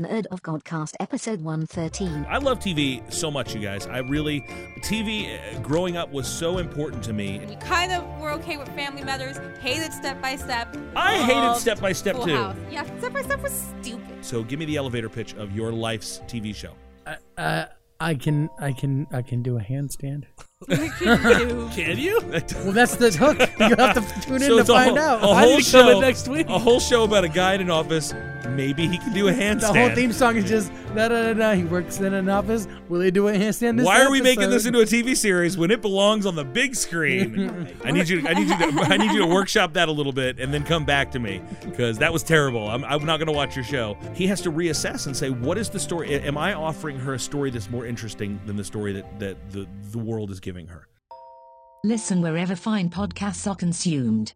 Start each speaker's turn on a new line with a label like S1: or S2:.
S1: Nerd of Godcast, episode 113.
S2: I love TV so much, you guys. I really, TV uh, growing up was so important to me.
S3: We kind of were okay with Family Matters, hated Step by Step.
S2: I hated
S3: loved
S2: Step by Step,
S3: Full
S2: too.
S3: House. Yeah, Step by Step was stupid.
S2: So give me the elevator pitch of your life's TV show.
S4: Uh, I can, I can, I can do a handstand.
S2: Can you?
S4: Well, that's the hook. You have to tune in
S2: so
S4: to
S2: it's a
S4: find
S2: whole,
S4: out.
S2: A
S4: Why
S2: whole
S4: did it
S2: show
S4: come in next week?
S2: A whole show about a guy in an office. Maybe he can do a handstand.
S4: the whole theme song is just da da da da. He works in an office. Will they do a handstand? This
S2: Why are we making this
S4: episode?
S2: into a TV series when it belongs on the big screen? I need you. To, I need you. To, I need you to workshop that a little bit and then come back to me because that was terrible. I'm, I'm not going to watch your show. He has to reassess and say, what is the story? Am I offering her a story that's more interesting than the story that that the the world is giving her?
S1: Listen wherever fine podcasts are consumed.